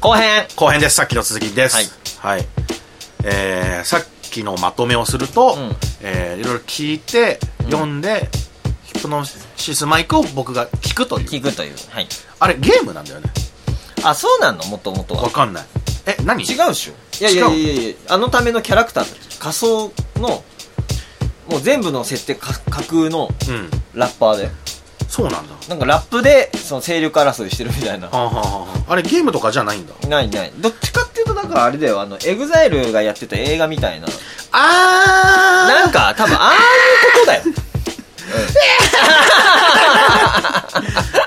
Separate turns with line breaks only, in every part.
後編
後編ですさっきの続きですはい、えーさっきのまとめをすると、
うん
えーいろいろ聞いて読んで、ヒプノシスマイクを僕が聞くとい
聞
う
くというはい
あれゲームなんだよね
あそうなのもともとは
わかんないえ何
違うっしょいやいやいやいやあのためのキャラクターたち仮想のもう全部の設定か架空の
うん
ラッパーで
そうなんだ
なんかラップでその勢力争いしてるみたいな
あはははあれゲームとかじゃないんだ
ないないどっちかっていうとなんかあれだよあのエグザイルがやってた映画みたいな
あ
なんか多分ああいうこと だよ、うん
ー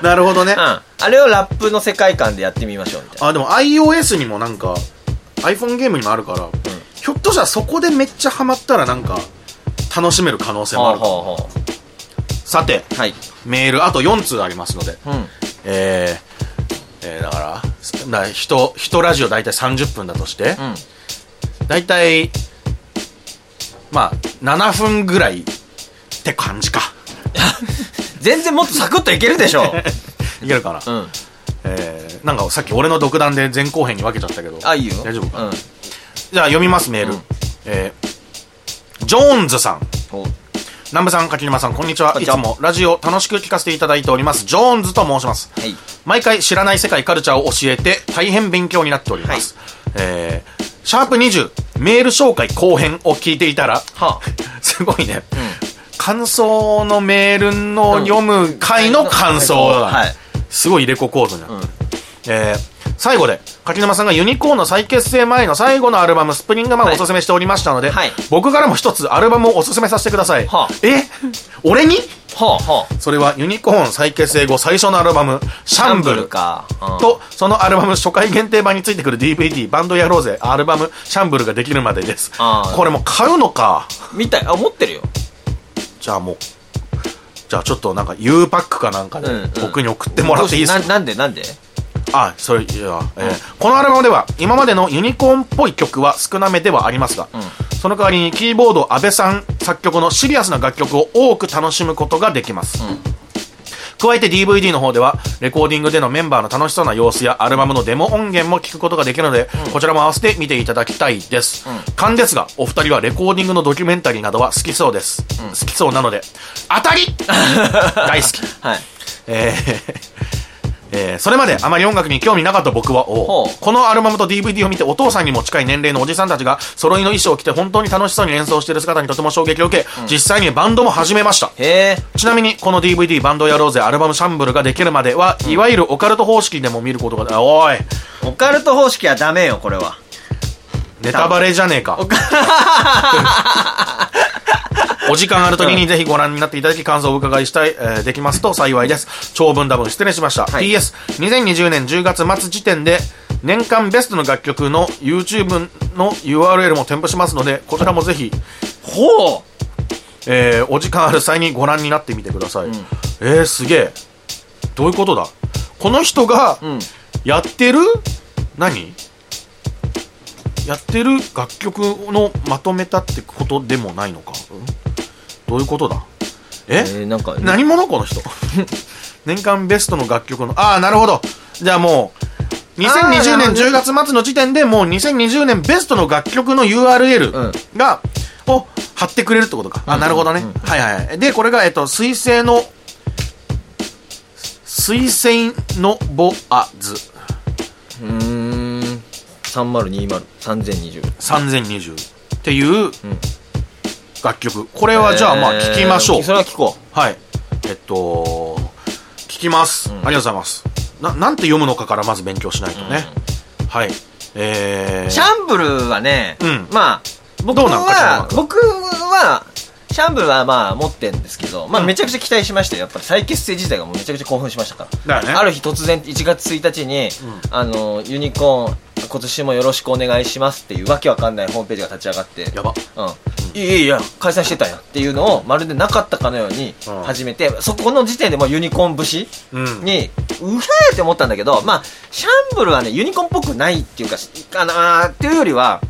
なるほどね、
あれをラップの世界観でやってみましょうみたいな
あでも iOS にもなんか iPhone ゲームにもあるから、ひょっとしたらそこでめっちゃハマったらなんか楽しめる可能性も
は
あ
あ
るかも
はあは
さて
あはい
メールあと4通ありますので
うん
えー、えーだからな人人ラジオ大体30分だとして、
うん
大体まあ7分ぐらいって感じか
全然もっとサクッといけるでしょ
いけるかな、
うん
えーなんかさっき俺の独断で前後編に分けちゃったけど
あいいよ
大丈夫かな、
うん
じゃあ読みますメール、
うん
えージョーンズさん
お
南部さん柿沼さんこんにちは
こん
い
にちは
つもラジオ楽しく聞かせていただいておりますジョーンズと申します
はい
毎回知らない世界カルチャーを教えて大変勉強になっております、えーシャープ20メール紹介後編を聞いていたら
は
すごいね、感想のメールの読む回の感想だ、
はい
すごい入れ子構造になって
あ、う
る、
ん
えー最後で柿沼さんがユニコーンの再結成前の最後のアルバム「スプリングマン」をおすすめしておりましたので、
はい
僕からも一つアルバムをおすすめさせてください、
はあ
え俺に
はあはあ
それはユニコーン再結成後最初のアルバム「シャンブル」
か、うん
とそのアルバム初回限定版についてくる DVD「バンドやろうぜ」アルバム「シャンブル」ができるまでです
あー
これもう買うのか
みたいあ持ってるよ
じゃあもうじゃあちょっとなんか U パックかなんかで
うんうん
僕に送ってもらっていいですか、
ななんでなんで
あ、それ、いや、えーこのアルバムでは、今までのユニコーンっぽい曲は少なめではありますが、
ん
その代わりにキーボード安倍さん作曲のシリアスな楽曲を多く楽しむことができます。加えて DVD の方では、レコーディングでのメンバーの楽しそうな様子やアルバムのデモ音源も聞くことができるので、こちらも合わせて見ていただきたいです。勘ですが、お二人はレコーディングのドキュメンタリーなどは好きそうです。好きそうなので、当たり大好き。
はい
えーえー それまであまり音楽に興味なかった僕は、おう
ほう
このアルバムと DVD を見てお父さんにも近い年齢のおじさんたちが揃いの衣装を着て本当に楽しそうに演奏している姿にとても衝撃を受け、実際にバンドも始めました。
へえ
ちなみに、この DVD バンドやろうぜアルバムシャンブルができるまでは、いわゆるオカルト方式でも見ることがで、あおい、
オカルト方式はダメよこれは
ネタバレじゃねえか。お時間ある時にぜひご覧になっていただき感想をお伺いしたい、えーできますと幸いです。長文多分失礼しました。
はい
PS、2020年10月末時点で、年間ベストの楽曲の YouTube の URL も添付しますので、こちらもぜひ、
ほう
えーお時間ある際にご覧になってみてください。えー、すげえ。どういうことだこの人が
ん、
やってる、何やってる楽曲のまとめたってことでもないのか。うんどういうことだえ
えー、なんか
何者この人 年間ベストの楽曲のああなるほどじゃあもう2020
あ
年
ーな
10月末の時点でもう2020年ベストの楽曲の URL が、を貼ってくれるってことか、あなるほどね、はいはいはいでこれがえっと水星の水星のボアズ
うーん3020 3020
3020っていう楽曲これはじゃあまあ
えー
聞きましょう、
それは聞こ
はい。えっと、聞きます。ありがとうございます。な、なんて読むのかからまず勉強しないとね。はい。え
う
ー、
シャンブルはね、
うん
まあ僕
どうなんか
は
シャンブル
僕はシャンブルはまあ持ってんですけど、まあ、めちゃくちゃ期待しましたよやっぱり再結成自体がもうめちゃくちゃ興奮しましたから
だよね。
ある日突然1月1日に、あのユニコーン今年もよろしくお願いしますっていうわけわかんないホームページが立ち上がって
やば。
うん、いやいや解散してたやんっていうのをまるでなかったかのように
うん
始めて、そこの時点でもうユニコーン節
うん
にうへーって思ったんだけどまあシャンブルはねユニコーンっぽくないっていうかあのあーっていうよりは、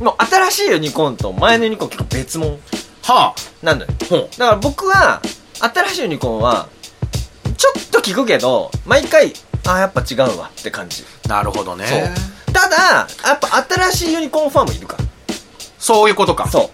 もう新しいユニコーンと前のユニコーン結構別物
は
なんだよ
あ。ほう。
だから僕は新しいユニコーンはちょっと聞くけど毎回あーやっぱ違うわって感じ、
なるほどね。
そうただやっぱ新しいユニコーンファンもいるか
そういうことから
そ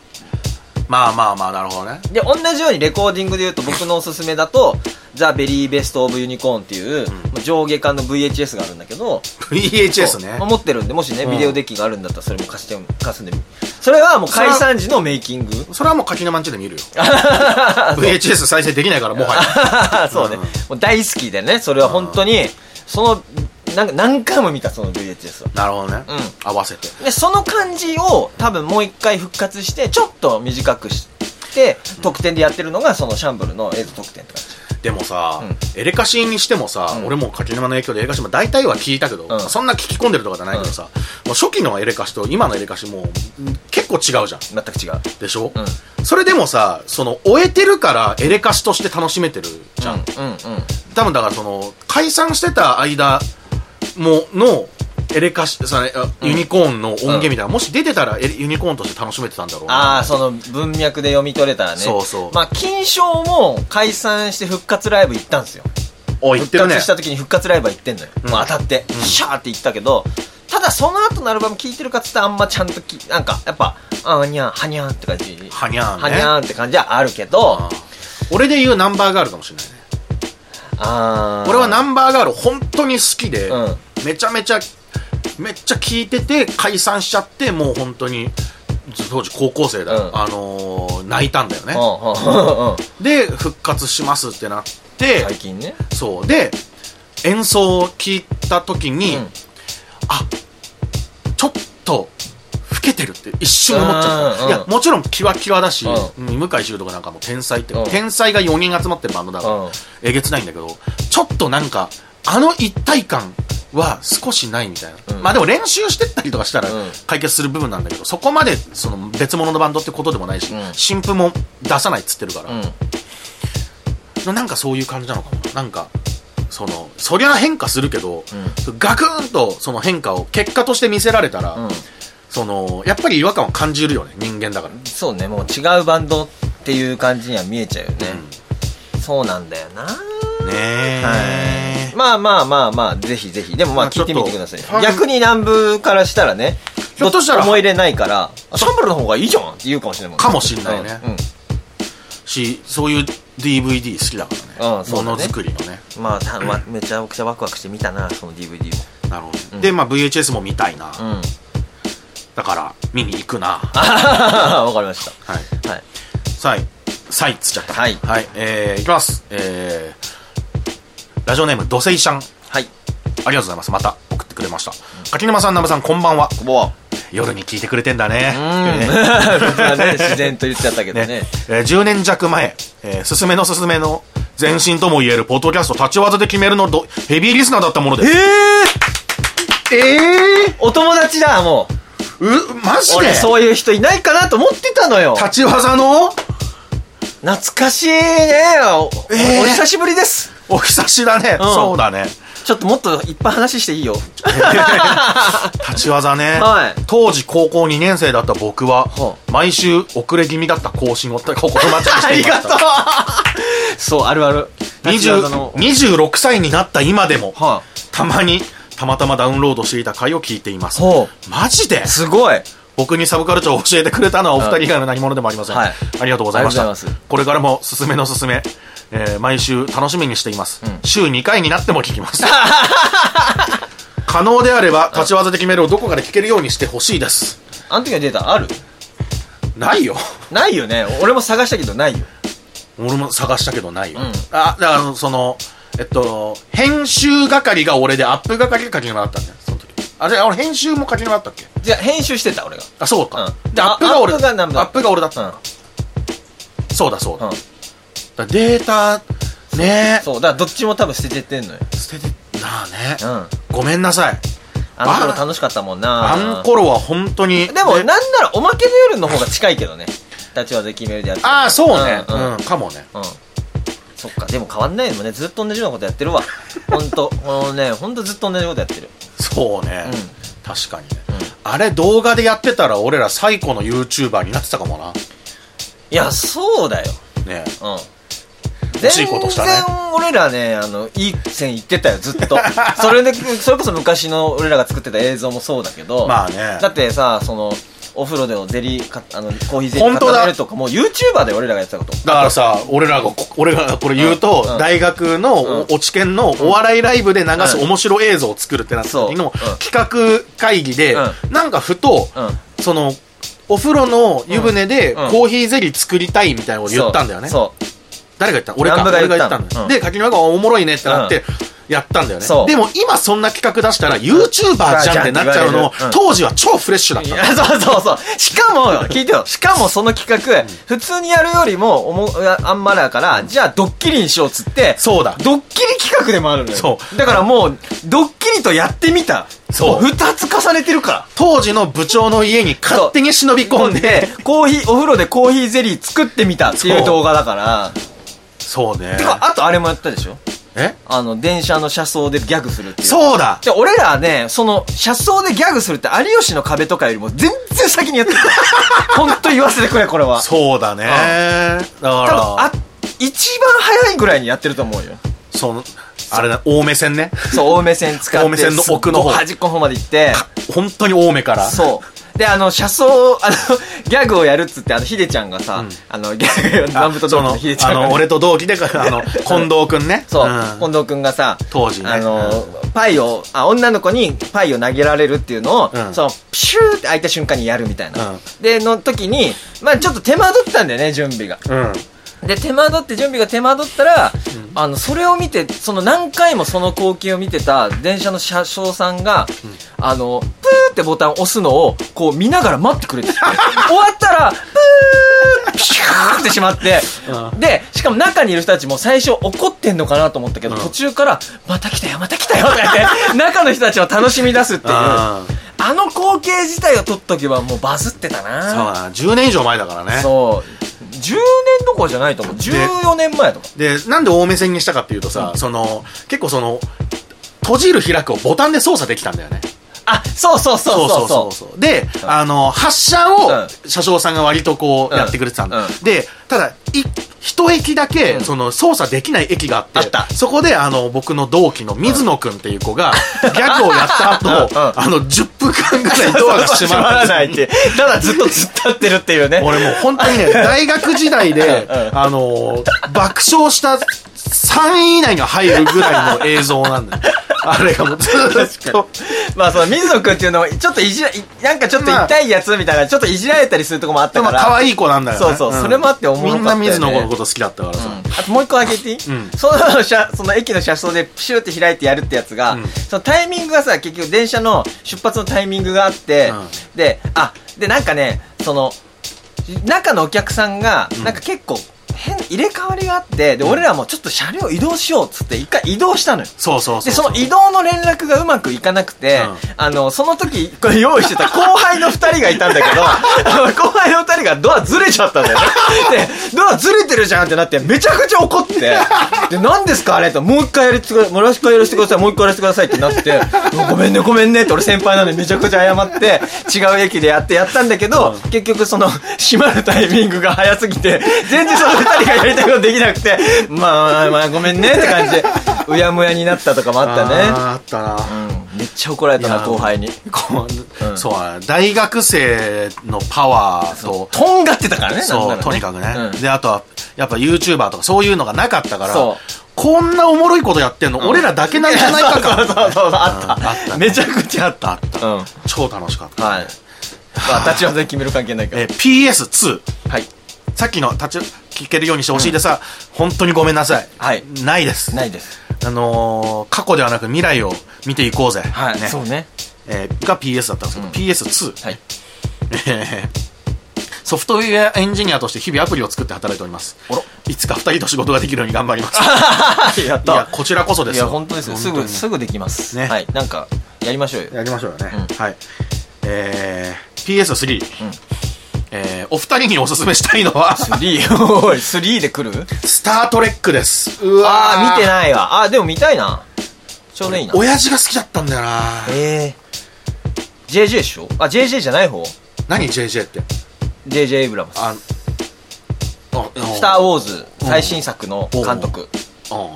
まあまあまあなるほどね
うで同じようにレコーディングで言うと僕のおすすめだと「ザ・ベリー・ベスト・オブ・ユニコーン」っていう、まあ上下巻の VHS があるんだけど
VHS
そう
ね
まあ持ってるんでもしね
うん
ビデオデッキがあるんだったらそれも貸して貸すんでそれはもう解散時のメイキング
それはもう柿のまんちで見るよ VHS 再生できないからもは や
そうね、
うん
もう大好きでねそれは本当にそのなんか何回も見たその VHS は
なるほどね、
うん
合わせて
でその感じを多分もう一回復活してちょっと短くして特典でやってるのがそのシャンブルの映像特典って感
でもさ、
うん
エレカシにしてもさ、
うん
俺も柿沼の影響でエレカシも大体は聞いたけど、
ん
そんな聞き込んでるとかじゃないけどさ、もう初期のエレカシと今のエレカシもう結構違うじゃん
じ全く違う
でしょ、
う
それでもさその終えてるからエレカシとして楽しめてるじゃ
う
ん、
んうんうん
多分だからその解散してた間ものエレカシそのあユニコーンの音源みたいな、もし出てたらエレユニコーンとして楽しめてたんだろう
あ
な
あその文脈で読み取れたらね
そうそう
まあ金賞も解散して復活ライブ行ったんですよ
おい言ってる
復
ね
活した時に復活ライブは行ってんのよ、
うん
もう当たって、シャーって行ったけどただその後のアルバム聴いてるかっつったらあんまちゃんときなんかやっぱあーにゃんはにゃんって感じ
はにゃんね
はにゃんって感じはあるけど
あー俺で言うナンバーガールかもしれないね
あー
俺はナンバーガール本当に好きで、
うん
めちゃめちゃめっちゃ聞いてて解散しちゃってもう本当に当時高校生だ、
うん
あのー泣いたんだよね、
うんうんうんうん
で復活しますってなって、
最近ね
そうで演奏を聞いた時に、
うん
あちょっと老けてるって一瞬思っちゃった、
うん
いやもちろんキワキワだし、
う
向井秀とかなんかも天才って、
うん
天才が4人集まってるバンドだから、
うん
えげつないんだけどちょっとなんかあの一体感は少しないみたいな、
うん
まあでも練習してったりとかしたら
うん
解決する部分なんだけどそこまでその別物のバンドってことでもないし、
うん
新譜も出さないっつってるから
う、ん
なんかそういう感じなのかもななんかそのそりゃ変化するけど、ガクンとその変化を結果として見せられたら、
うん
そのやっぱり違和感を感じるよね人間だから、
そうねもう違うバンドっていう感じには見えちゃうよね、そうなんだよな
ねえ、
はいまあまあまあまあぜひぜひでもま
ま
あ
あちょ
聞い
っと
てみてくださ
はいい
逆に南部からしたらね
ひょっとしたら
ど思い入れないからあシャンブルの方がいいじゃんって言うかもしれないもん
かもしんないね
うんうん
しそういう DVD 好きだからね,、
うんそうだね
ものづくりのね
まあたわめちゃくちゃワクワクして見たなその DVD
なるほど、
うん
で、まあ、VHS も見たいな、
もうん
だから見に行くな、は
わかりまし
い、
たはい
さいさいっつっちゃった
はい
はいえー、いきますえー、ラジオネーム土星シャン
はい
ありがとうございますまた送ってくれました、柿沼さん南部さんこんばんは
こぼは
夜に聞いてくれてんだね
う。ん僕はね自然と言っちゃったけど
ね
ね
えー10年弱前、えーすすめのすすめの前身とも言えるポッドキャスト立ち技で決めるのどヘビーリスナーだったもので
え
す。
えええお友達だもう
う、マジで
俺そういう人いないかなと思ってたのよ
立ち技の
懐かしいねお,、
えー
お久しぶりです
お久しだね、
うん
そうだね。
ちょっともっといっぱい話していいよ
立ち技ね、
はい
当時高校2年生だった僕は
は、
毎週遅れ気味だった更新をここ待ちにし
あ
て
り
いま
が
し
と
た。
うそうあるある立ち技の
20 26歳になった今でも、
は
たまに、たまたまダウンロードしていた回を聞いています
ほ。
マジで
あ、すごい
僕にサブカルチャーを教えてくれたのはお二人以外の何者でもありません、
はい
ありがとうございまし
あり
た
がとうございま
これからもすすめのすすめ、えー毎週楽しみにしています、
うん
週2回になっても聞きます 可能であれば立ち技で決めるをどこかで聞けるようにしてほしいです
あの時のデータある
ないよ
ないよね俺も探したけどないよ
俺も探したけどないよ、
うん
あだからそのえっと編集係が俺でアップ係が柿沼だったんだよその時あれ俺編集も柿沼だったっけ
じゃあ編集してた俺が
あそうか、
うん
でアップが俺
あアップがなんだ
アップが俺だった
うん
そうだそうだ,、
うん
だからデータねえ
そうだからどっちも多分捨ててってんのよ
捨ててなあね、
うんあ
ごめんなさい
の頃楽しかったもんな
あの頃は本当に
でもなん
ね
ならおまけの夜の方が近いけどね立ち技で決めるでやって
ああそうね
うん、うん
うんかもね
うん。そっか、でも変わんないのね。ずっと同じようなことやってるわ。ほんと。このね、ほんとずっと同じことやってる。
そうね
うん
確かにねあれ動画でやってたら俺ら最古の YouTuber になってたかもない
や、そうだよ。
ね
うん。
欲しいことしたね
全然俺らねあのいい線いってたよず っとそれでそれこそ昔の俺らが作ってた映像もそうだけど
まあね
だってさそのお風呂でのデリかあのコーヒーゼリ
本
ー
当だ
固めるとかもう YouTuber で俺らがやってたこと
だからさ俺らがこ俺がこれ言うと、
うんうん
大学のお知見のお笑いライブで流す
うん
面白映像を作るってなった時の
そううん
企画会議で、
う
なんかふと、
う
そのお風呂の湯船で
うんうん
コーヒーゼリー作りたいみたいなこと言ったんだよね、
そう
誰が言ったの俺か
南部が
俺が言
言ったた
っん
の
だよ、
うん
で柿沼がおもろいねってなって、
うん
やったんだよね
そう
でも今そんな企画出したら YouTuber じゃんってなっちゃうの、
うん
当時は超フレッシュだっ
い
た
やそうそうそうしかも聞いてよしかもその企画、普通にやるよりもおもあんまだからじゃあドッキリにしようっつって
そうだ
ドッキリ企画でもあるのよ
そう
だからもうドッキリとやってみた
そう
2つ重ねてるから
当時の部長の家に勝手に忍び込んで
コーヒーお風呂でコーヒーゼリー作ってみたってい
そう
う動画だから
そうね
てかあとあれもやったでしょ
え
あの電車の車窓でギャグするっていう
そうだ
で俺らはねその車窓でギャグするって有吉の壁とかよりも全然先にや ってる本当言わせてくれこれは
そうだねだ
多
か
分
ら
あ一番早いぐらいにやってると思うよ
そのあれだ青梅線ね
そう青梅線使って
青梅線の奥の方
すっごい端っこの方まで行って
本当に青梅から
そう。で、あの、車窓、あの、ギャグをやるっつって、あの、ヒデちゃんがさ、あの、ギャグを、
あ
南部と同
そ
期
の
のヒデちゃ
あ
んがね、
の俺と同期であ の近藤君ね
そう、
ん
近藤くんがさ、
当時ね
あの、パイを、あ、女の子にパイを投げられるっていうのを、
うん
その、ピシューって開いた瞬間にやるみたいな。
うん
で、の時に、まあちょっと手間取ったんだよね、準備が。
うん
で、手間取って、準備が手間取ったら、あの、それを見て、その何回もその光景を見てた電車の車掌さんが、あの、プーってボタンを押すのを、こう見ながら待ってくれて て終わったら、プーピシューってしまって、
う
で、しかも中にいる人たちも最初怒ってんのかなと思ったけど、
うん
途中から、また来たよ、また来たよとか言 って、中の人たちを楽しみ出すっていう、あ
あー
の光景自体を撮っとけばもうバズってたな
そうだな10年以上前だからね
そう。10年どころじゃないと思う。14年前とか。
でなんで青梅線にしたかっていうとさ、その結構その閉じる開くをボタンで操作できたんだよね
あ、そうそうそうそうそう。
そうで、あの発車
う
を
ん
車掌さんが割とこう
うん
やってくれてたんだ、
うん
でただい一駅だけ、
うん
その操作できない駅があって
あった
そこであの僕の同期の水野くんっていう子が、ギャグをやった 後、
うんうん
あの10分間ぐらいドアが閉まらない
って。ただずっと突っ立ってるっていうね。
俺もう本当にね、 大学時代で、
うんうん
あのー爆笑した3位以内に入るぐらいの映像なんだよ。あれがもうずーっと。
まあその水野くんっていうのは、ちょっといじら、いなんかちょっと痛いやつみたいな、ちょっといじられたりするとこもあっ
で
た
も
から。
可愛い子なんだよね。
そうそうそれもあっておもろかったよね
みんな水野のこと好きだったからさ。
あともう一個あげていい、
ん
その車その駅の車窓でプシューって開いてやるってやつが、
うん
そのタイミングがさ結局電車の出発のタイミングがあって、
うん
であでなんかねその中のお客さんが、
ん
なんか結構変入れ替わりがあってで、俺らもちょっと車両移動しようっつって一回移動したのよ
そうそうそう。
でその移動の連絡がうまくいかなくて、
うん
あのその時これ用意してた後輩の2人がいたんだけ どあの後輩の2人がドアずれちゃったんだよねでドアずれてるじゃんってなってめちゃくちゃ怒ってで何ですかあれともう一回やりつくもう一回やらせてくださいもう一回やらせてくださいってな ってごめんねごめんねって俺先輩なのにめちゃくちゃ謝って違う駅でやってやったんだけど、結局その閉まるタイミングが早すぎて全然その2人がやりたいことできなくてまあまあまあごめんねって感じでうやむやになったとかもあったね
あーあったな。
うんめっちゃ怒られた
いや
な後輩に
こう
うん
そうだね大学生のパワーと、
とんがってたからね
そ
な
う、
んな
と
ら
にかくね。
うん
で、あとは、やっぱ YouTuber とかそういうのがなかったから
そ、
こんなおもろいことやってんの、俺らだけなんじゃない かか。
そうそうそうそうあ
うんあっ
ったためちゃくちゃあっ
あ
た
った。
うん
超楽しかった。
はいまあ立ち技決める関係ないか
え
ら
ー PS2。
はい
さっきの立ち、聞けるようにしてほしいでさ、本当にごめんなさい。
はい
ないです。
ないです
あのー過去ではなく未来を見ていこうぜ。
はい
ね
そうね
えーが PS だったんですけど、PS2。
はい
えー ソフトウェアエンジニアとして日々アプリを作って働いております。
あら
いつか二人と仕事ができるように頑 張ります。
やっ
いや、こちらこそです
い
よ。
や本当ですよす
本
ぐ
当に
すぐできます
ね
はいなんかやりましょうよ
やりましょうよね。
う
はい。えー PS3。えーお二人におすすめしたいの は、
3おい3で来る
スタートレックです。う
ああ見てないわあーでも見たいなちょうどいいな
親父が好きだったんだよな
ええ JJ でしょあ JJ じゃない方
何 JJ って
JJ エイブラムス
あああ
スター・ウォーズ最新作の監督。
あ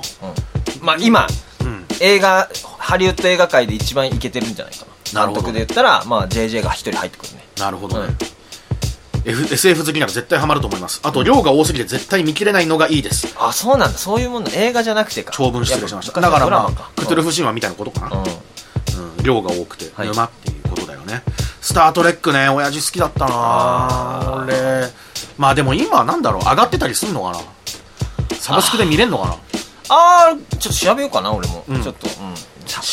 まあ今、
うん
映画、ハリウッド映画界で一番イケてるんじゃないかな。
なる
監
ほど
督で言ったら、まあ JJ が一人入ってくるね。
なるほ
う
どね、
ん
F SF 好きなら絶対ハマると思いますあと量が多すぎて絶対見切れないのがいいです
あ、そうなんだ。そういうもんだ。映画じゃなくてか。
長文失礼しました
や
だ
っぱ
から
ドラ
ま
マ
あクトゥルフ神話みたいなことかな、うん、量が多くて
はい
沼っていうことだよね、スター・トレックね親父好きだったな
あー
俺まあでも今なんだろう上がってたりすんのかなサブスクで見れんのかな
あーちょっと調べようかな俺も、
うん
ちょっと、うん、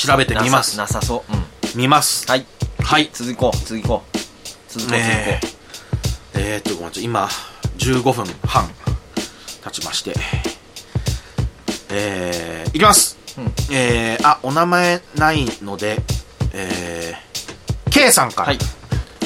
調べてみます
なさなさそう、うん、
見ます
はい
はい
続こう続こう続こう続こう、
ねええー、っとごめんなさい今15分半経ちましてえー、いきます、
うん
えー、あお名前ないのでえー、K さんから、
はい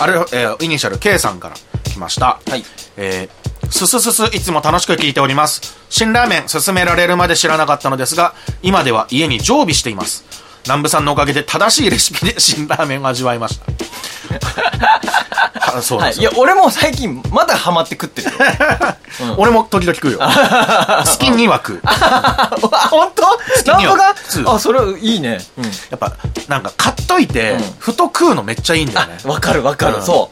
あれ、えー、イニシャル K さんから来ました
はい
えーすすすすいつも楽しく聞いております辛ラーメン勧められるまで知らなかったのですが今では家に常備しています南部さんのおかげで正しいレシピで 辛ラーメンを味わいました あそうなん
はい、
です
い
よ
や俺も最近まだハマって食って るよ
俺も時々食 うよ好きには食う
あ本当
き
ナ
に
ン
は
パ
普通
があそれいいね、うん、
やっぱなんか買っといて、
ん
ふと食うのめっちゃいいんだよね
あわかるわかる、
うん
そ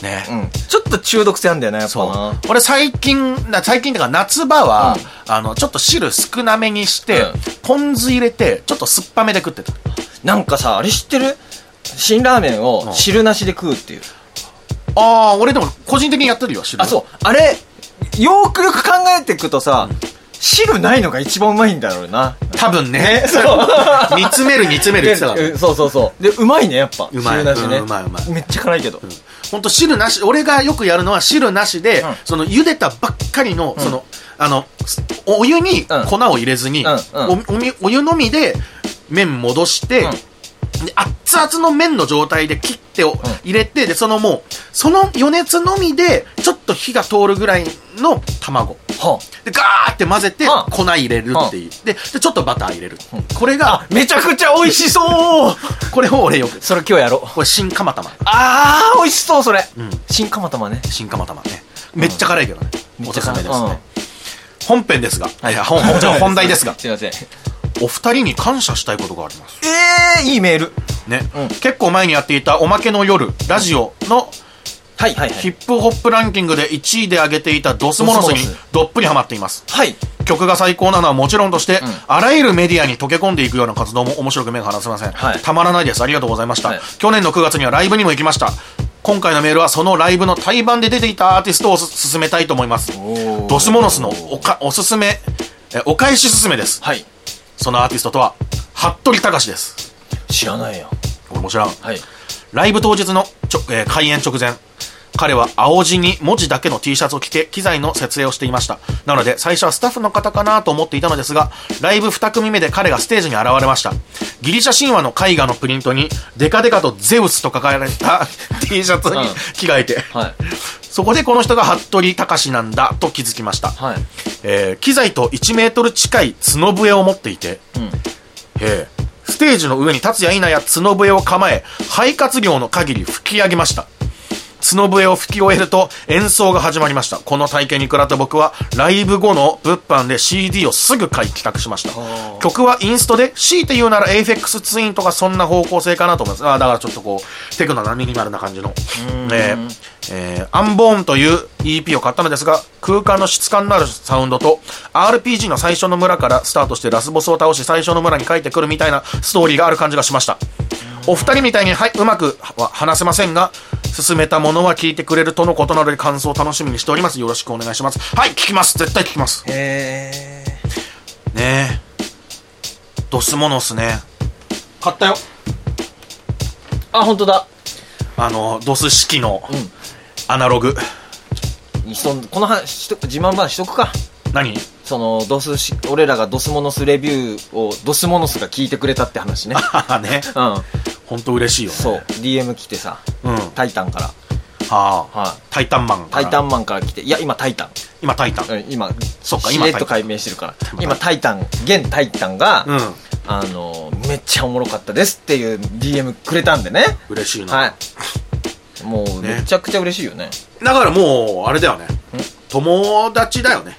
ね、
う、うん、ちょっと中毒性あんだよねやっぱな
そう。俺最近、な最近だから夏場は、あの、ちょっと汁少なめにして、
うん
ポン酢入れて、ちょっと酸っぱめで食ってた。
なんかさあれ知ってる辛ラーメン
うん
を汁なしで食うっていう、
ああ、俺でも個人的にやってるよ、汁。
あそうあれよーくよく考えていくとさ、汁ないのが一番うまいんだろうな
多 分ね。 煮詰める煮詰め
で
るって言ってたから。
うんそうそうそうでうまいねやっぱ
うま
汁
い
なしね、
うんうまいうまい
めっちゃ辛いけど、
ほんと汁なし、俺がよくやるのは汁なしで、
うん
その茹でたばっかりの、その、あの、すお湯に
うん
粉を入れずに、
うんうん
おおみお湯のみで麺戻して、で熱々の麺の状態で切ってを入れて、で、そのもう、その余熱のみで、ちょっと火が通るぐらいの卵。
は
で、ガーって混ぜて、
はあ
粉入れるっていう。で、でちょっとバター入れる。これ
あ
が、
めちゃくちゃ美味しそう
これを俺よく。
それ今日やろう
これ新釜玉。
あー美味しそうそれ、
ん
新釜玉ね
新釜玉ね。めっちゃ辛いけどね。
め
お
っ
す
ちゃ
すめ
辛
で
い、
すね。本編ですが、いや、本本じゃあ本題ですが
すいません
お二人に感謝したいことがあります。
えー、いいメール
ね
うん。
結構前にやっていたおまけの夜、ラジオの
はいはいは
ヒ
い
ップホップランキングで1位で上げていたドスモノス
ドスモ
に
ノス
どっぷりハマっています。
はい
曲が最高なのはもちろんとして、
ん
あらゆるメディアに溶け込んでいくような活動も面白く目が離せません、
はい
たまらないですありがとうございました、
はい
去年の9月にはライブにも行きました今回のメールはそのライブの対バンで出ていたアーティストをす勧めたいと思います
おー
ドスモノスのおかおすすめえお返しすすめです
はい
そのアーティストとは服部隆です
知らないよ
俺も知らん
はい
ライブ当日のちょ、えー開演直前、彼は青地に文字だけの T シャツを着て機材の設営をしていました。なので最初はスタッフの方かなと思っていたのですが、ライブ2組目で彼がステージに現れました。ギリシャ神話の絵画のプリントにデカデカとゼウスと書かれた T シャツに着替えて、
はい
そこでこの人が服部隆なんだと気づきました。
はい
えー機材と1メートル近い角笛を持っていて、
ん
えーステージの上に立つや否や角笛を構え、肺活量の限り吹き上げました。角笛を吹き終えると演奏が始まりました。この体験に比べて僕はライブ後の物販で CD をすぐ買い帰宅しました
ー。
曲はインストで、強いて言うなら AFX ツインとかそんな方向性かなと思います。あーだからちょっとこう、テクノなミニマルな感じの。えーえーアンボーンという EP を買ったのですが、空間の質感のあるサウンドと、RPG の最初の村からスタートしてラスボスを倒し最初の村に帰ってくるみたいなストーリーがある感じがしました。お二人みたいに、はい、うまくは話せませんが、進めたものは聞いてくれるとのことなので感想を楽しみにしております。よろしくお願いします。はい、聞きます。絶対聞きます。
えー、
ねえ。ドスモノスね。買ったよ。
あ本当だ
あの、ドス式の
ん
アナログ。
そんこの話しと自慢話しとくか
何
そのドスし俺らがドスモノスレビューをドスモノスが聞いてくれたって話ね
ははね。
う
ほんと嬉しいよ
ん
ね。
そう DM 来てさ
うん。
タイタンから
はあ、
はい
タイタンマンか
タ
ら
イタンマンから来ていや今タイタン
今タイタン、
うん今
そっか
し
今
れっと解明してるから今タイタン現タイタン
う
が、
ん
あのめっちゃおもろかったですっていう DM くれたんでね
嬉しいな、
はいもう
ね
めちゃくちゃ嬉しいよね
だからもうあれだよね友達だよね。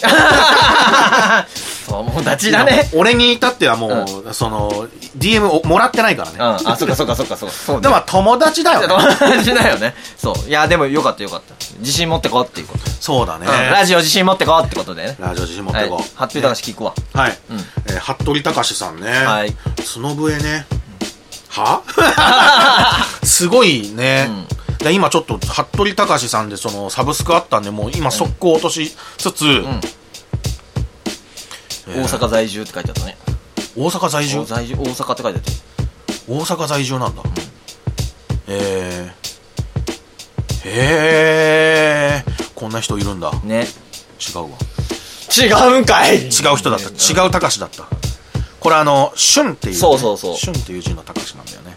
友達だね。
俺に至ってはもう、その、DM をもらってないから
うん。
ね。
あ、そっかそっかそっかそっか。そう
で
ね
も友達だよ ね。
友達だよね。そう。いや、でもよかったよかった。自信持ってこうっていうこと。
そうだね。
うんラジオ自信持ってこうってことでね。
ラジオ自信持っ
は
て
い。
こ
ハッピー高橋聞くわ。
う。はい。
ん
えー服部隆さんね。
はい。
角笛ね。は すごいね。で今ちょっと、服部隆さんでそのサブスクあったんで、もう今速攻落としつつ、えー
大阪在住って書いてあったね。
大阪在住
在住、大阪って書いてあったよ。
大阪在住なんだ、えー、へえこんな人いるんだ
ね。
違うわ
違うんかい違
違う人だった違う高しだったこれあの「旬」っていう、
そうそうそう
旬っていう字の高しなんだよね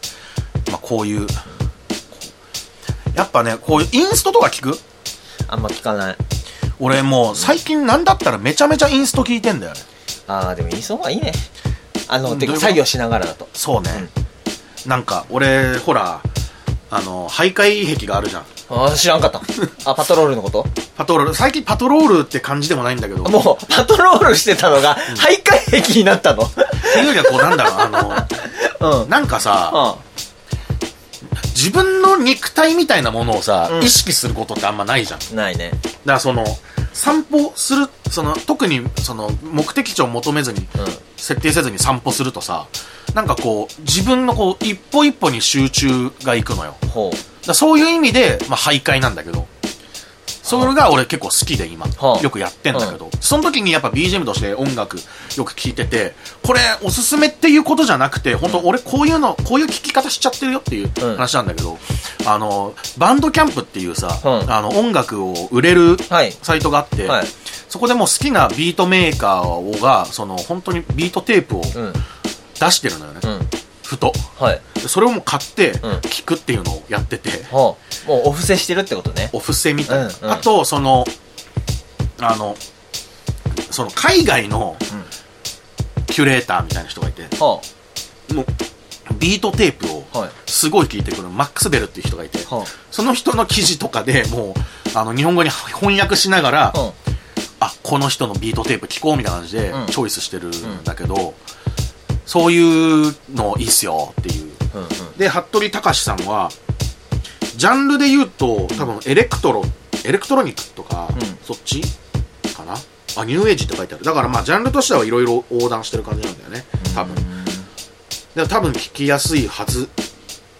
まあこういうこうやっぱねこういうインストとか聞く
あんま聞かない。
俺もう最近なんだったらめちゃめちゃインスト聞いてんだよね
あー、でもいそうがいいね。あの、
ん
て
ど
か
ういうこと
作業しながらだと。
そうね、なんか俺ほらあの徘徊癖があるじゃん
あー、知らんか った。あ、パトロールのこと
パトロール最近パトロールって感じでもないんだけど
もう、パトロールしてたのが、徘徊壁になったの。
っていうよりはこうなんだろうあ
うん。う
のなんかさ
ん。
自分の肉体みたいなものをさ、
うん
意識することってあんまないじゃんだか
ないね。
らその散歩するその特にその目的地を求めずに、
うん
設定せずに散歩するとさなんかこう自分のこう一歩一歩に集中がいくのよだか
ほ
らそういう意味で、まあ、徘徊なんだけどそれが俺結構好きで今、
はあ
よくやってんだけど、その時にやっぱ BGM として音楽よく聴いててこれおすすめっていうことじゃなくて本当俺こういうのこういう聴き方しちゃってるよっていう
うん
話なんだけど、あのバンドキャンプっていうさ、
うん
あの音楽を売れる
はい
サイトがあって、
はい
そこでもう好きなビートメーカーをがその本当にビートテープを
う。うん。
出してるのよね、
うん。
ふと
はい。
でそれをもう買っ
ん
て聴くっていうのをやってて、
ほう。もうお布施してるってことね。
お布施みたいな、
うんうん
あとそのあのその海外のキュレーターみたいな人がいて、
ほ
もうビートテープを
う。はい。
すごい聞いてくるマックスベルっていう人がいて、
ほう。
その人の記事とかでもうあの日本語に翻訳しながら、
ほ
あこの人のビートテープ聞こうみたいな感じで
うん
チョイスしてるんだけど、そういうのいいっすよっていう
う。うんうん。
で服部隆さんはジャンルで言うと多分エレクトロエレクトロニックとか、
ん
そっちかなあニューエイジって書いてあるだからまあジャンルとしてはいろいろ横断してる感じなんだよね多分でも多分聞きやすいはず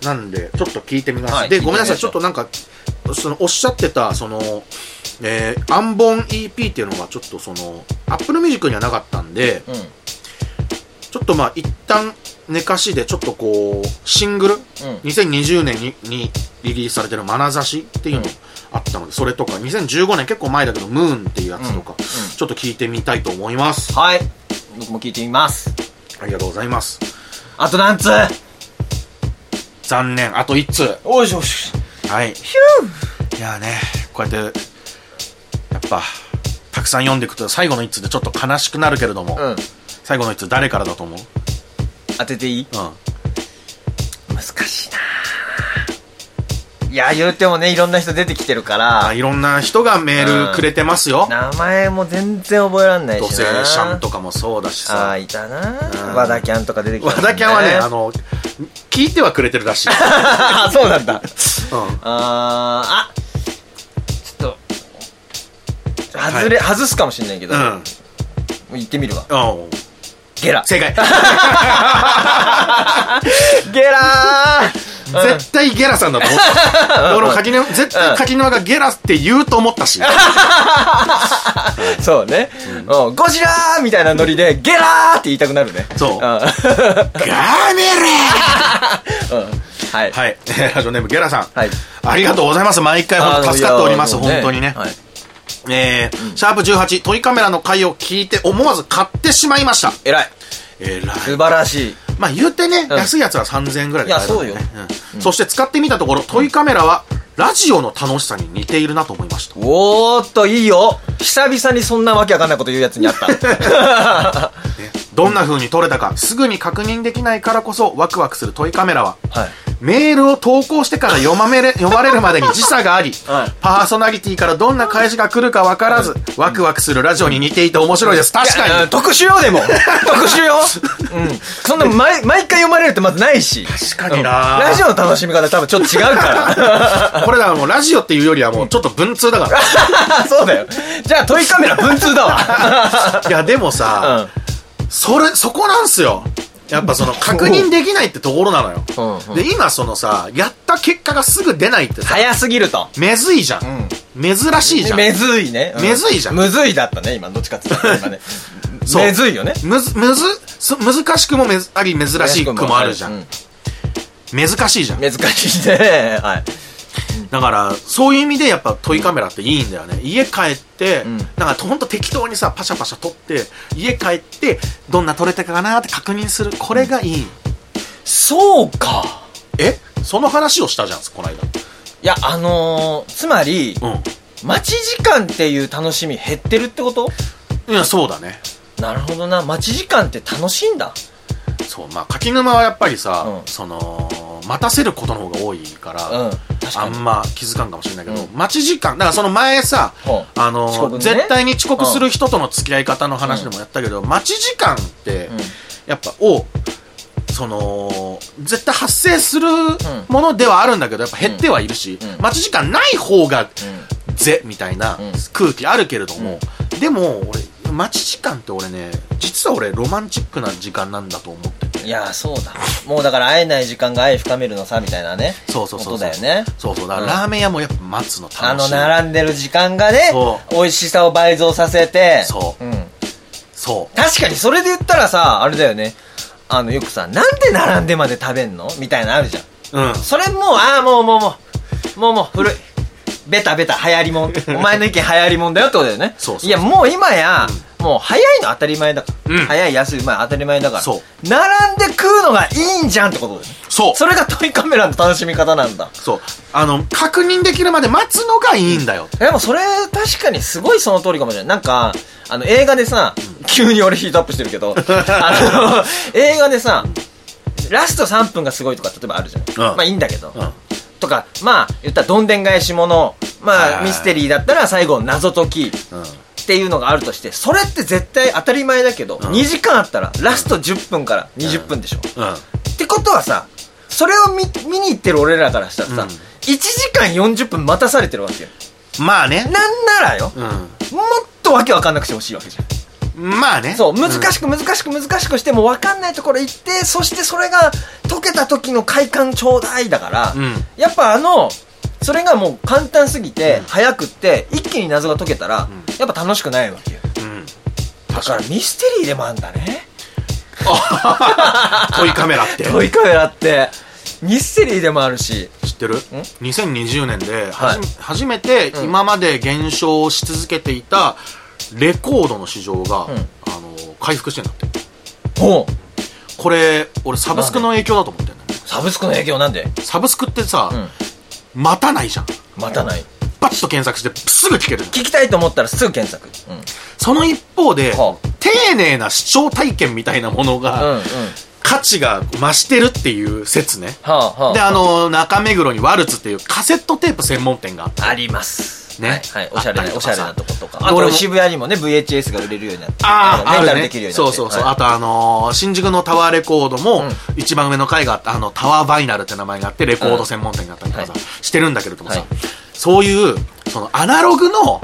なんでちょっと聞いてみます、
はい聞い
で
て
ごめんなさ
みま
い
し
ち
ょ
ょ
う
っとなんかそのおっしゃってたそのえー、アンボン EP っていうのがちょっとそのアップルミュージックにはなかったんで
うん。
ちょっとまあ一旦寝かしでちょっとこうシングル
うん。
2020年ににリリースされてる「まなざし」っていうのあったので、それとか2015年結構前だけど「ムーン」っていうやつとか、ちょっと聞いてみたいと思います
はい。僕も聞いてみます。
ありがとうございます
あと何通
残念あと1通
おいしょおいし
はいいやーねこうやってやっぱたくさん読んでいくと最後の1通でちょっと悲しくなるけれども、
ょ。うん。
最後の1通誰からだと思う
当てていい
うん
難しいなぁいや、言うてもね、いろんな人出てきてるか
あ
ら、
いろんな人がメールくれてますよ、
名前も全然覚えらんないしな
土星シャンとかもそうだし
ああ
さ
ー、いたな
う
ぁ
ん
和田キャンとか出てきて
和田キャ ンはねあの聞いてはくれてるらしい、う
あそう なんだ。あ
ん、
ーあ、ちょっと、外れ、外すかもしんないけど、
う
も
ん
う行ってみるわ。
うん。
ゲラ。
正解。
ゲラー
絶対ゲラさんだと思った。俺も柿沼、絶対柿沼がゲラって言うと思ったし。
うん そうね。うんゴジラーみたいなノリで、ゲラーって言いたくなるね。
そう
うん
ガーメラ
うんはい。
はい。 ラジオネームゲラさん。
はい
ありがとうございます。毎回本当助かっております。
あのいや
本当にね。
はい
えーシャープ18、トイカメラの回を聞いて思わず買ってしまいました。
偉い。
えらい。
素晴らしい。
まあ言うてね、
うん
安いやつは3000円ぐらいで買えるんだね
いやそう
うんそして使ってみたところ、トイカメラはラジオの楽しさに似ているなと思いました。
おーっと、いいよ。久々にそんなわけわかんないこと言うやつにあった。
ねどんな風に撮れたかすぐに確認できないからこそワクワクするトイカメラは、
はい。
メールを投稿してから読ま めれ読まれるまでに時差があり、
はい
パーソナリティからどんな返しが来るか分からず、ワクワクするラジオに似ていて面白いです。確
いや
か
うん特殊よ、で も。特殊よ。うん。そんな、毎、毎回読まれるってまずないし。
確かに
う
な
んラジオの楽しみ方多分ちょっと違うから。
に。これだからもうラジオっていうよりはもうちょっと文通だから。
そうだよ。じゃあ、トイカメラ文通だわ。
いや、でもさ、それ、そこなんすよ。やっぱその確認できないってところなのよ。
うんうん
で、今そのさ、やった結果がすぐ出ないってさ、
早すぎると。
めずいじゃん。珍しいじゃん。
めずいね。う
めずいじゃん。
むずいだったね、今。どっちかって言ったら今ね
そう
めずいよね。
むず、むず、そ難しくもめずあり、珍しくもあるじゃ。。
うん
難しいじゃん。
難しいね。 はい。
だから、そういう意味でやっぱトイカメラっていいんだよね。家帰って、
ん
なんかほんと適当にさ、パシャパシャ撮って、家帰って、どんな撮れたかなって確認する。これがいい。
そうか。
えその話をしたじゃん、この間。
いや、あのー、つまり、
う
待ち時間っていう楽しみ減ってるってこと
ん。いや、そうだね。
なるほどな。待ち時間って楽しいんだ。
そう、まあ、柿沼はやっぱりさ、
うん
その、待たせることの方が多いから、
うん。確
あ
かに。
んま気づかんかもしれないけど、
うん
待ち時間、だからその前さ、
ほう
あの
遅刻ね
絶対に遅刻する人との付き合い方の話でもやったけど、待ち時間って、
うん
やっぱ、を、その、絶対発生するものではあるんだけど、やっぱ減ってはいるし、
うん
待ち時間ない方が、
う
ぜ、みたいな
うん
空気あるけれども、でも、俺、待ち時間って俺ね、実は俺、ロマンチックな時間なんだと思ってて。
いやー、そうだ。もうだから会えない時間が愛深めるのさ、みたいなね。
そうそうそうそう。
ことだよね。
そうそう。だか
う
ら
ん
ラーメン屋もやっぱ待つの楽しい。
あの、並んでる時間がね
そ、
美味しさを倍増させて。
そう
うん。
そう。
確かに、それで言ったらさ、あれだよね。あの、よくさ、なんで並んでまで食べんのみたいなのあるじゃん。
うん。
それもう、ああ、もうもうもう、もうもう古い。ベタベタ、流行りもん。お前の意見流行りもんだよってことだよね。
そうそう
や、もう今や、もう早いの当たり前だから。
うん
早い、安い、まあ当たり前だから。
そう
並んで食うのがいいんじゃんってことだよね。
そう。
それがトイカメラの楽しみ方なんだ。
そう。あの、確認できるまで待つのがいいんだよ。
でもそれ確かにすごいその通りかもしれない。なんか、あの映画でさ、急に俺ヒートアップしてるけど、 あの、映画でさ、ラスト3分がすごいとか例えばあるじゃん。まあいいんだけど。
うん。
とか、まあ、言ったらどんでん返しもの、
はいはい
ま
は
あ、
い
ミステリーだったら最後謎解き
うん。
っていうのがあるとして、それって絶対当たり前だけど、
ん
2時間あったらラスト10分から20分でしょ。
うん。
ってことはさ、それを見見に行ってる俺らからしたらさ、
うん
1時間40分待たされてるわけよ。
まあね。
なんならよ、
う
もっとわけわかんなくしてほしいわけじゃん。
ん。まあね。
そう、難しく難しく難しくしてもわかんないところ行って、そしてそれが解けた時の快感ちょうだいだから、
うん
やっぱあの、それがもう簡単すぎて、早くって、一気に謎が解けたら、やっぱ楽しくないわけよ。
うん。うん。
だからミステリーでもあんだね。
トイカメラ って。
トイカメラって、ミステリーでもあるし、
知ってる ?2020 年で、はじ
はい
初めて今まで減少し続けていたレコードの市場が、
ん
あの、回復してんだって。
ほう
これ、俺サブスクの影響だと思ってんだよね。
サブスクの影響なんで、
サブスクってさ、
うん、
待たないじゃん。
待たない。
パッと検索してすぐ聞けるじゃん
聞きたいと思ったらすぐ検索。うん。
その一方で、
はあ
丁寧な視聴体験みたいなものが、
うんうん。は
価値が増してるっていう説ね。
あはあ。
で、あの、中目黒にワルツっていうカセットテープ専門店があって。
あります。
ね
はいはい。おしゃれ
あった
な、
りと
お
か
し
さ
ゃれなとことか。あ
俺も
と渋谷にもね、VHS が売れるようになって。
ああ、あ
レンタ
る
ル
ね
できるよ。うになっ
そう
て。
そうそう。
はい
あとあのー新宿のタワーレコードも
ん、
一番上の階があって、あの、タワーバイナルって名前があって、レコード専門店があったりとかさ、
うんは
してるんだけれどもさ、
はい
そういう、その、アナログの、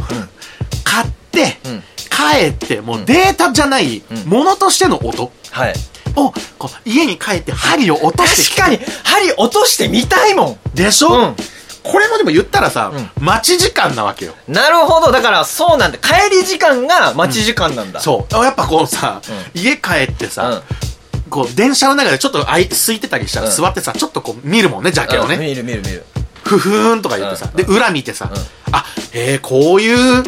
買って、
ん
帰って、もうデータじゃない、
ん
ものとしての音。
はい。
をこう家に帰って針を落として
確かに、針落としてみたいも
でしょ、
うん
これもでも言ったらさ、
う
待ち時間なわけよ
ん。なるほど。だから、そうなんだ。帰り時間が待ち時間なんだ。
そうやっぱこうさ、家帰ってさ、こう電車の中でちょっとあい空いてたりした
う
ら
ん
座ってさちょっとこう見るもんねジャケを
うん
ね、
見る見る見る。
ふふーんとか言ってさ、
うん
で裏見てさ、
ん
あへえこういう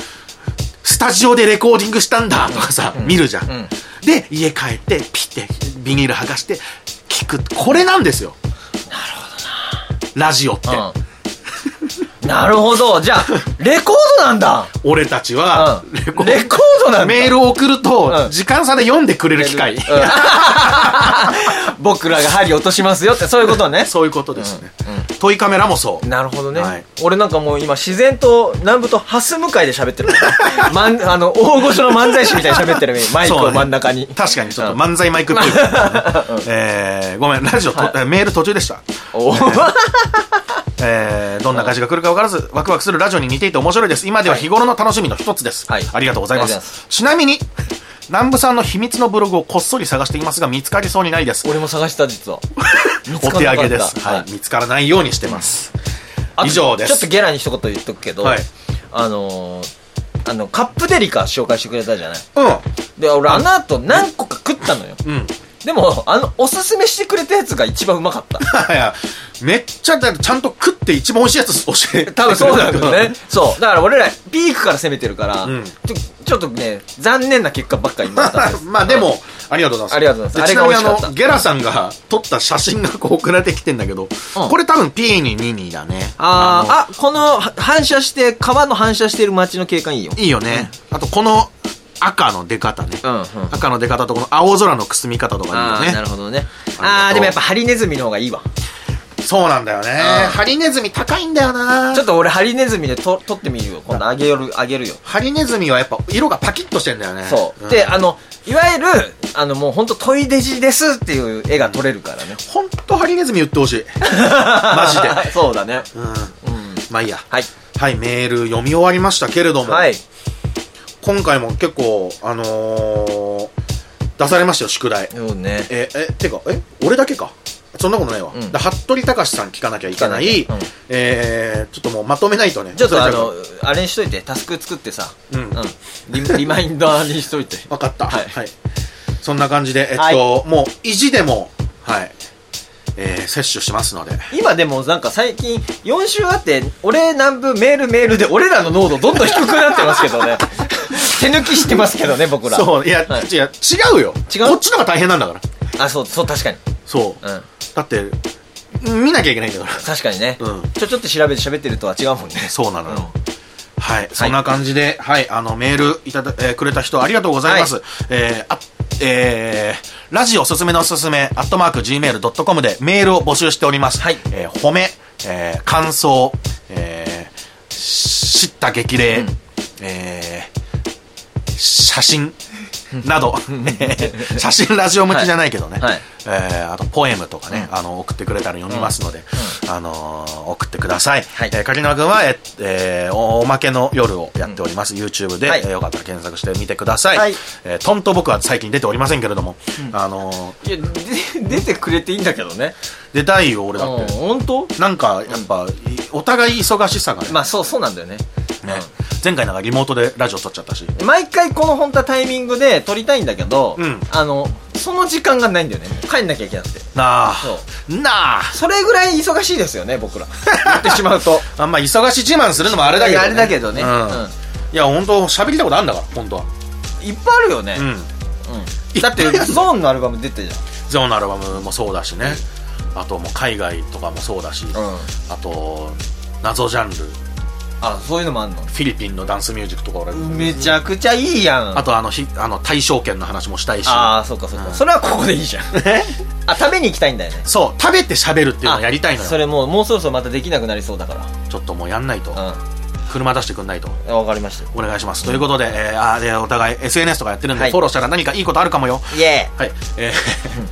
スタジオでレコーディングしたんだとかさ、見るじゃん、
ん
で家帰ってピッてビニール剥がして聞くこれなんですよなるほどなラジオって、
うん。なるほど。じゃあ、レコードなんだ。
俺たちは、
うん。レ
レ
コ
コ
ー
ード
そうなんだ
メールを送る
う
と
ん
時間差で読んでくれる機会、
うん 僕らが針落としますよってそういうことね
そういうことですね、トイカメラもそう
なるほどね、
はい
俺なんかもう今自然と南部とハス向かいで喋って るまんあの大御所の漫才師みたいに喋ってるマイク
そう
を
ね
真ん中に、
確かにちょっと漫才マイクっぽい、 えーごめんラジオと、メール途中でした
お
えーどんな歌詞が来るか分からず、ワクワクするラジオに似ていて面白いです。今では日頃の楽しみの一つです。
はい
ありがとうございま
ありがとうござい
す。ちなみに、南部さんの秘密のブログをこっそり探していますが、見つかりそうにないで す。
俺も探した実は見
お
つかん
手
なか
上
った
げです、はい見つからないようにしてます。
あと
以上です
ちょっとゲラに一言言っとくけど、
はい
あのー、あのカップデリカ紹介してくれたじゃない
うん。
で俺あの後何個か食ったのよ、
うん。
でもあのおすすめしてくれたやつが一番うまかった
いや、めっちゃ、だってちゃんと食って一番美味しいやつ教えてくれた
多分そうなんだよね。そう。だから俺らピークから攻めてるから、
うん
ちょちょっとね、残念な結果ばっかり今だったんです
まあでも、ありがとうござ
あ
います。
りがとうございます
でちなみに
あ
あ
れが美味しかった
の、ゲラさんが撮った写真がこう送られてきてんだけど、これ多分 P に2にだね。の
あーあ、このは反射して、川の反射してる街の景観いいよ。
いいよね。あと、この赤の出方ね。
うんうん
赤の出方とこの青空のくすみ方と
あ
か
あ
いい
ー、な
よね
る。ほどね。
あ
ああー、
りがとう
でもやっぱハリネズミの方がいいわ。
そうなんだよね。ハリネズミ高いんだよな
ちょっと俺ハリネズミでと撮ってみるよ。今度あげる、あげるよ。
ハリネズミはやっぱ色がパキッとしてんだよね。
そう。
ん
で、、あの、いわゆる、あのもうほんとトイデジですっていう絵が撮れるからね。
ほんとハリネズミ言ってほ しい。マジで。
そうだね。
うん。
うん。
まあいいや。
はい。
はい、メール読み終わりましたけれども、
はい。
今回も結構、あのー、出されましたよ、宿題。
そうね。
え、え、てか、え、俺だけか。そんなことないわ。
うん
だ服部隆さん聞かなきゃいけない。
聞かなきゃうん
えーちょっともうまとめないとね。
ちょっとあ
忘
の
れ、
あれにしといて、タスク作ってさ、
うん
リリマインダーにしと いて。
わかった。は。
はいい
そんな感じで、えっと、
はい
もう、意地でも、はい。えー、摂取しますので。
今でもなんか最近、4週あって、俺南部メールメールで、俺らの濃度どんどん低くなってますけ どね。手抜きしてますけどね、僕ら。
そう、いや、
はい
違う違うよ。
違う
こっちの方が大変なんだから。
あ、そう、そう、確かに。
そう。
うん。
だって、見なきゃいけないんだから。
確かにね。
うん
ちょ、ちょっと調べて喋ってるとは違うもんね。
そうなのよ。
うん
はい、そんな感じで、はい、あの、メールいただ、えーくれた人ありがとうございます。
は
えーあ、えーラジオおすすめのおすすめ、アットマーク gmail.com でメールを募集しております。
はい
えー褒め、えー感想、えーし知った激励、えー写真、な ど、写真ラジオ向きじゃないけどね、
はいはい
えーあとポエムとかね、あの送ってくれたら読みますので、あのー送ってください、
はい
えー柿沼君は、えっえーおおまけの夜をやっております、YouTube で、
はい
えーよかったら検索してみてください、
はい
えーとんと僕は最近出ておりませんけれども、あのー
いや、で、出てくれていいんだけどね。
出たいよ俺
うん、
だって、
本当
なんかやっぱ、いお互い忙しさがね,、
まあ、そう、そうなんだよね。
ね前回なんかリモートでラジオ撮っちゃったし
毎回この本当はタイミングで撮りたいんだけど、
うん
あの、その時間がないんだよね。もう帰んなきゃいけなくて。
なあ
そ
なあ
それぐらい忙しいですよね、僕ら。言ってしまうと。
あんま忙し自慢する のもあれだけど、
あれだけどね
う
うん
んいや本当喋りたいことあんだから本当はい
っぱいあるよね。
うん
うんだって、ゾーンのアルバム出てるじ
ゾーンのアルバムもそうだしね、あともう海外とかもそうだし、
ゃん。うん。
あと謎ジャンルフ
あ、そういうのもあんの。
ィリピンのダンスミュージックとか俺、
めちゃくちゃいいやん。
あとあのひあの大賞券の話もしたいし
ああ、そうかそうか、
うん
それはここでいいじゃ ん。あ、食べに行きたいんだよね。
そう食べて喋るっていうのをやりたいの
あそ
よ
れもう、もうそろそろまたできなくなりそうだか
ちょっともうやんないと、
ら。
車出してくんないと
うん。わかりました。
お願いします、ということで、えーあーでお互い SNS とかやってるんで、
はい
フォローしたら何かいいことあるかもよ
イエー
はい えー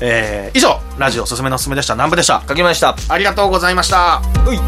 えー以上ラジオおすすめのおすすめでした南部でした
イ書きました。
ありがとうございました
うい。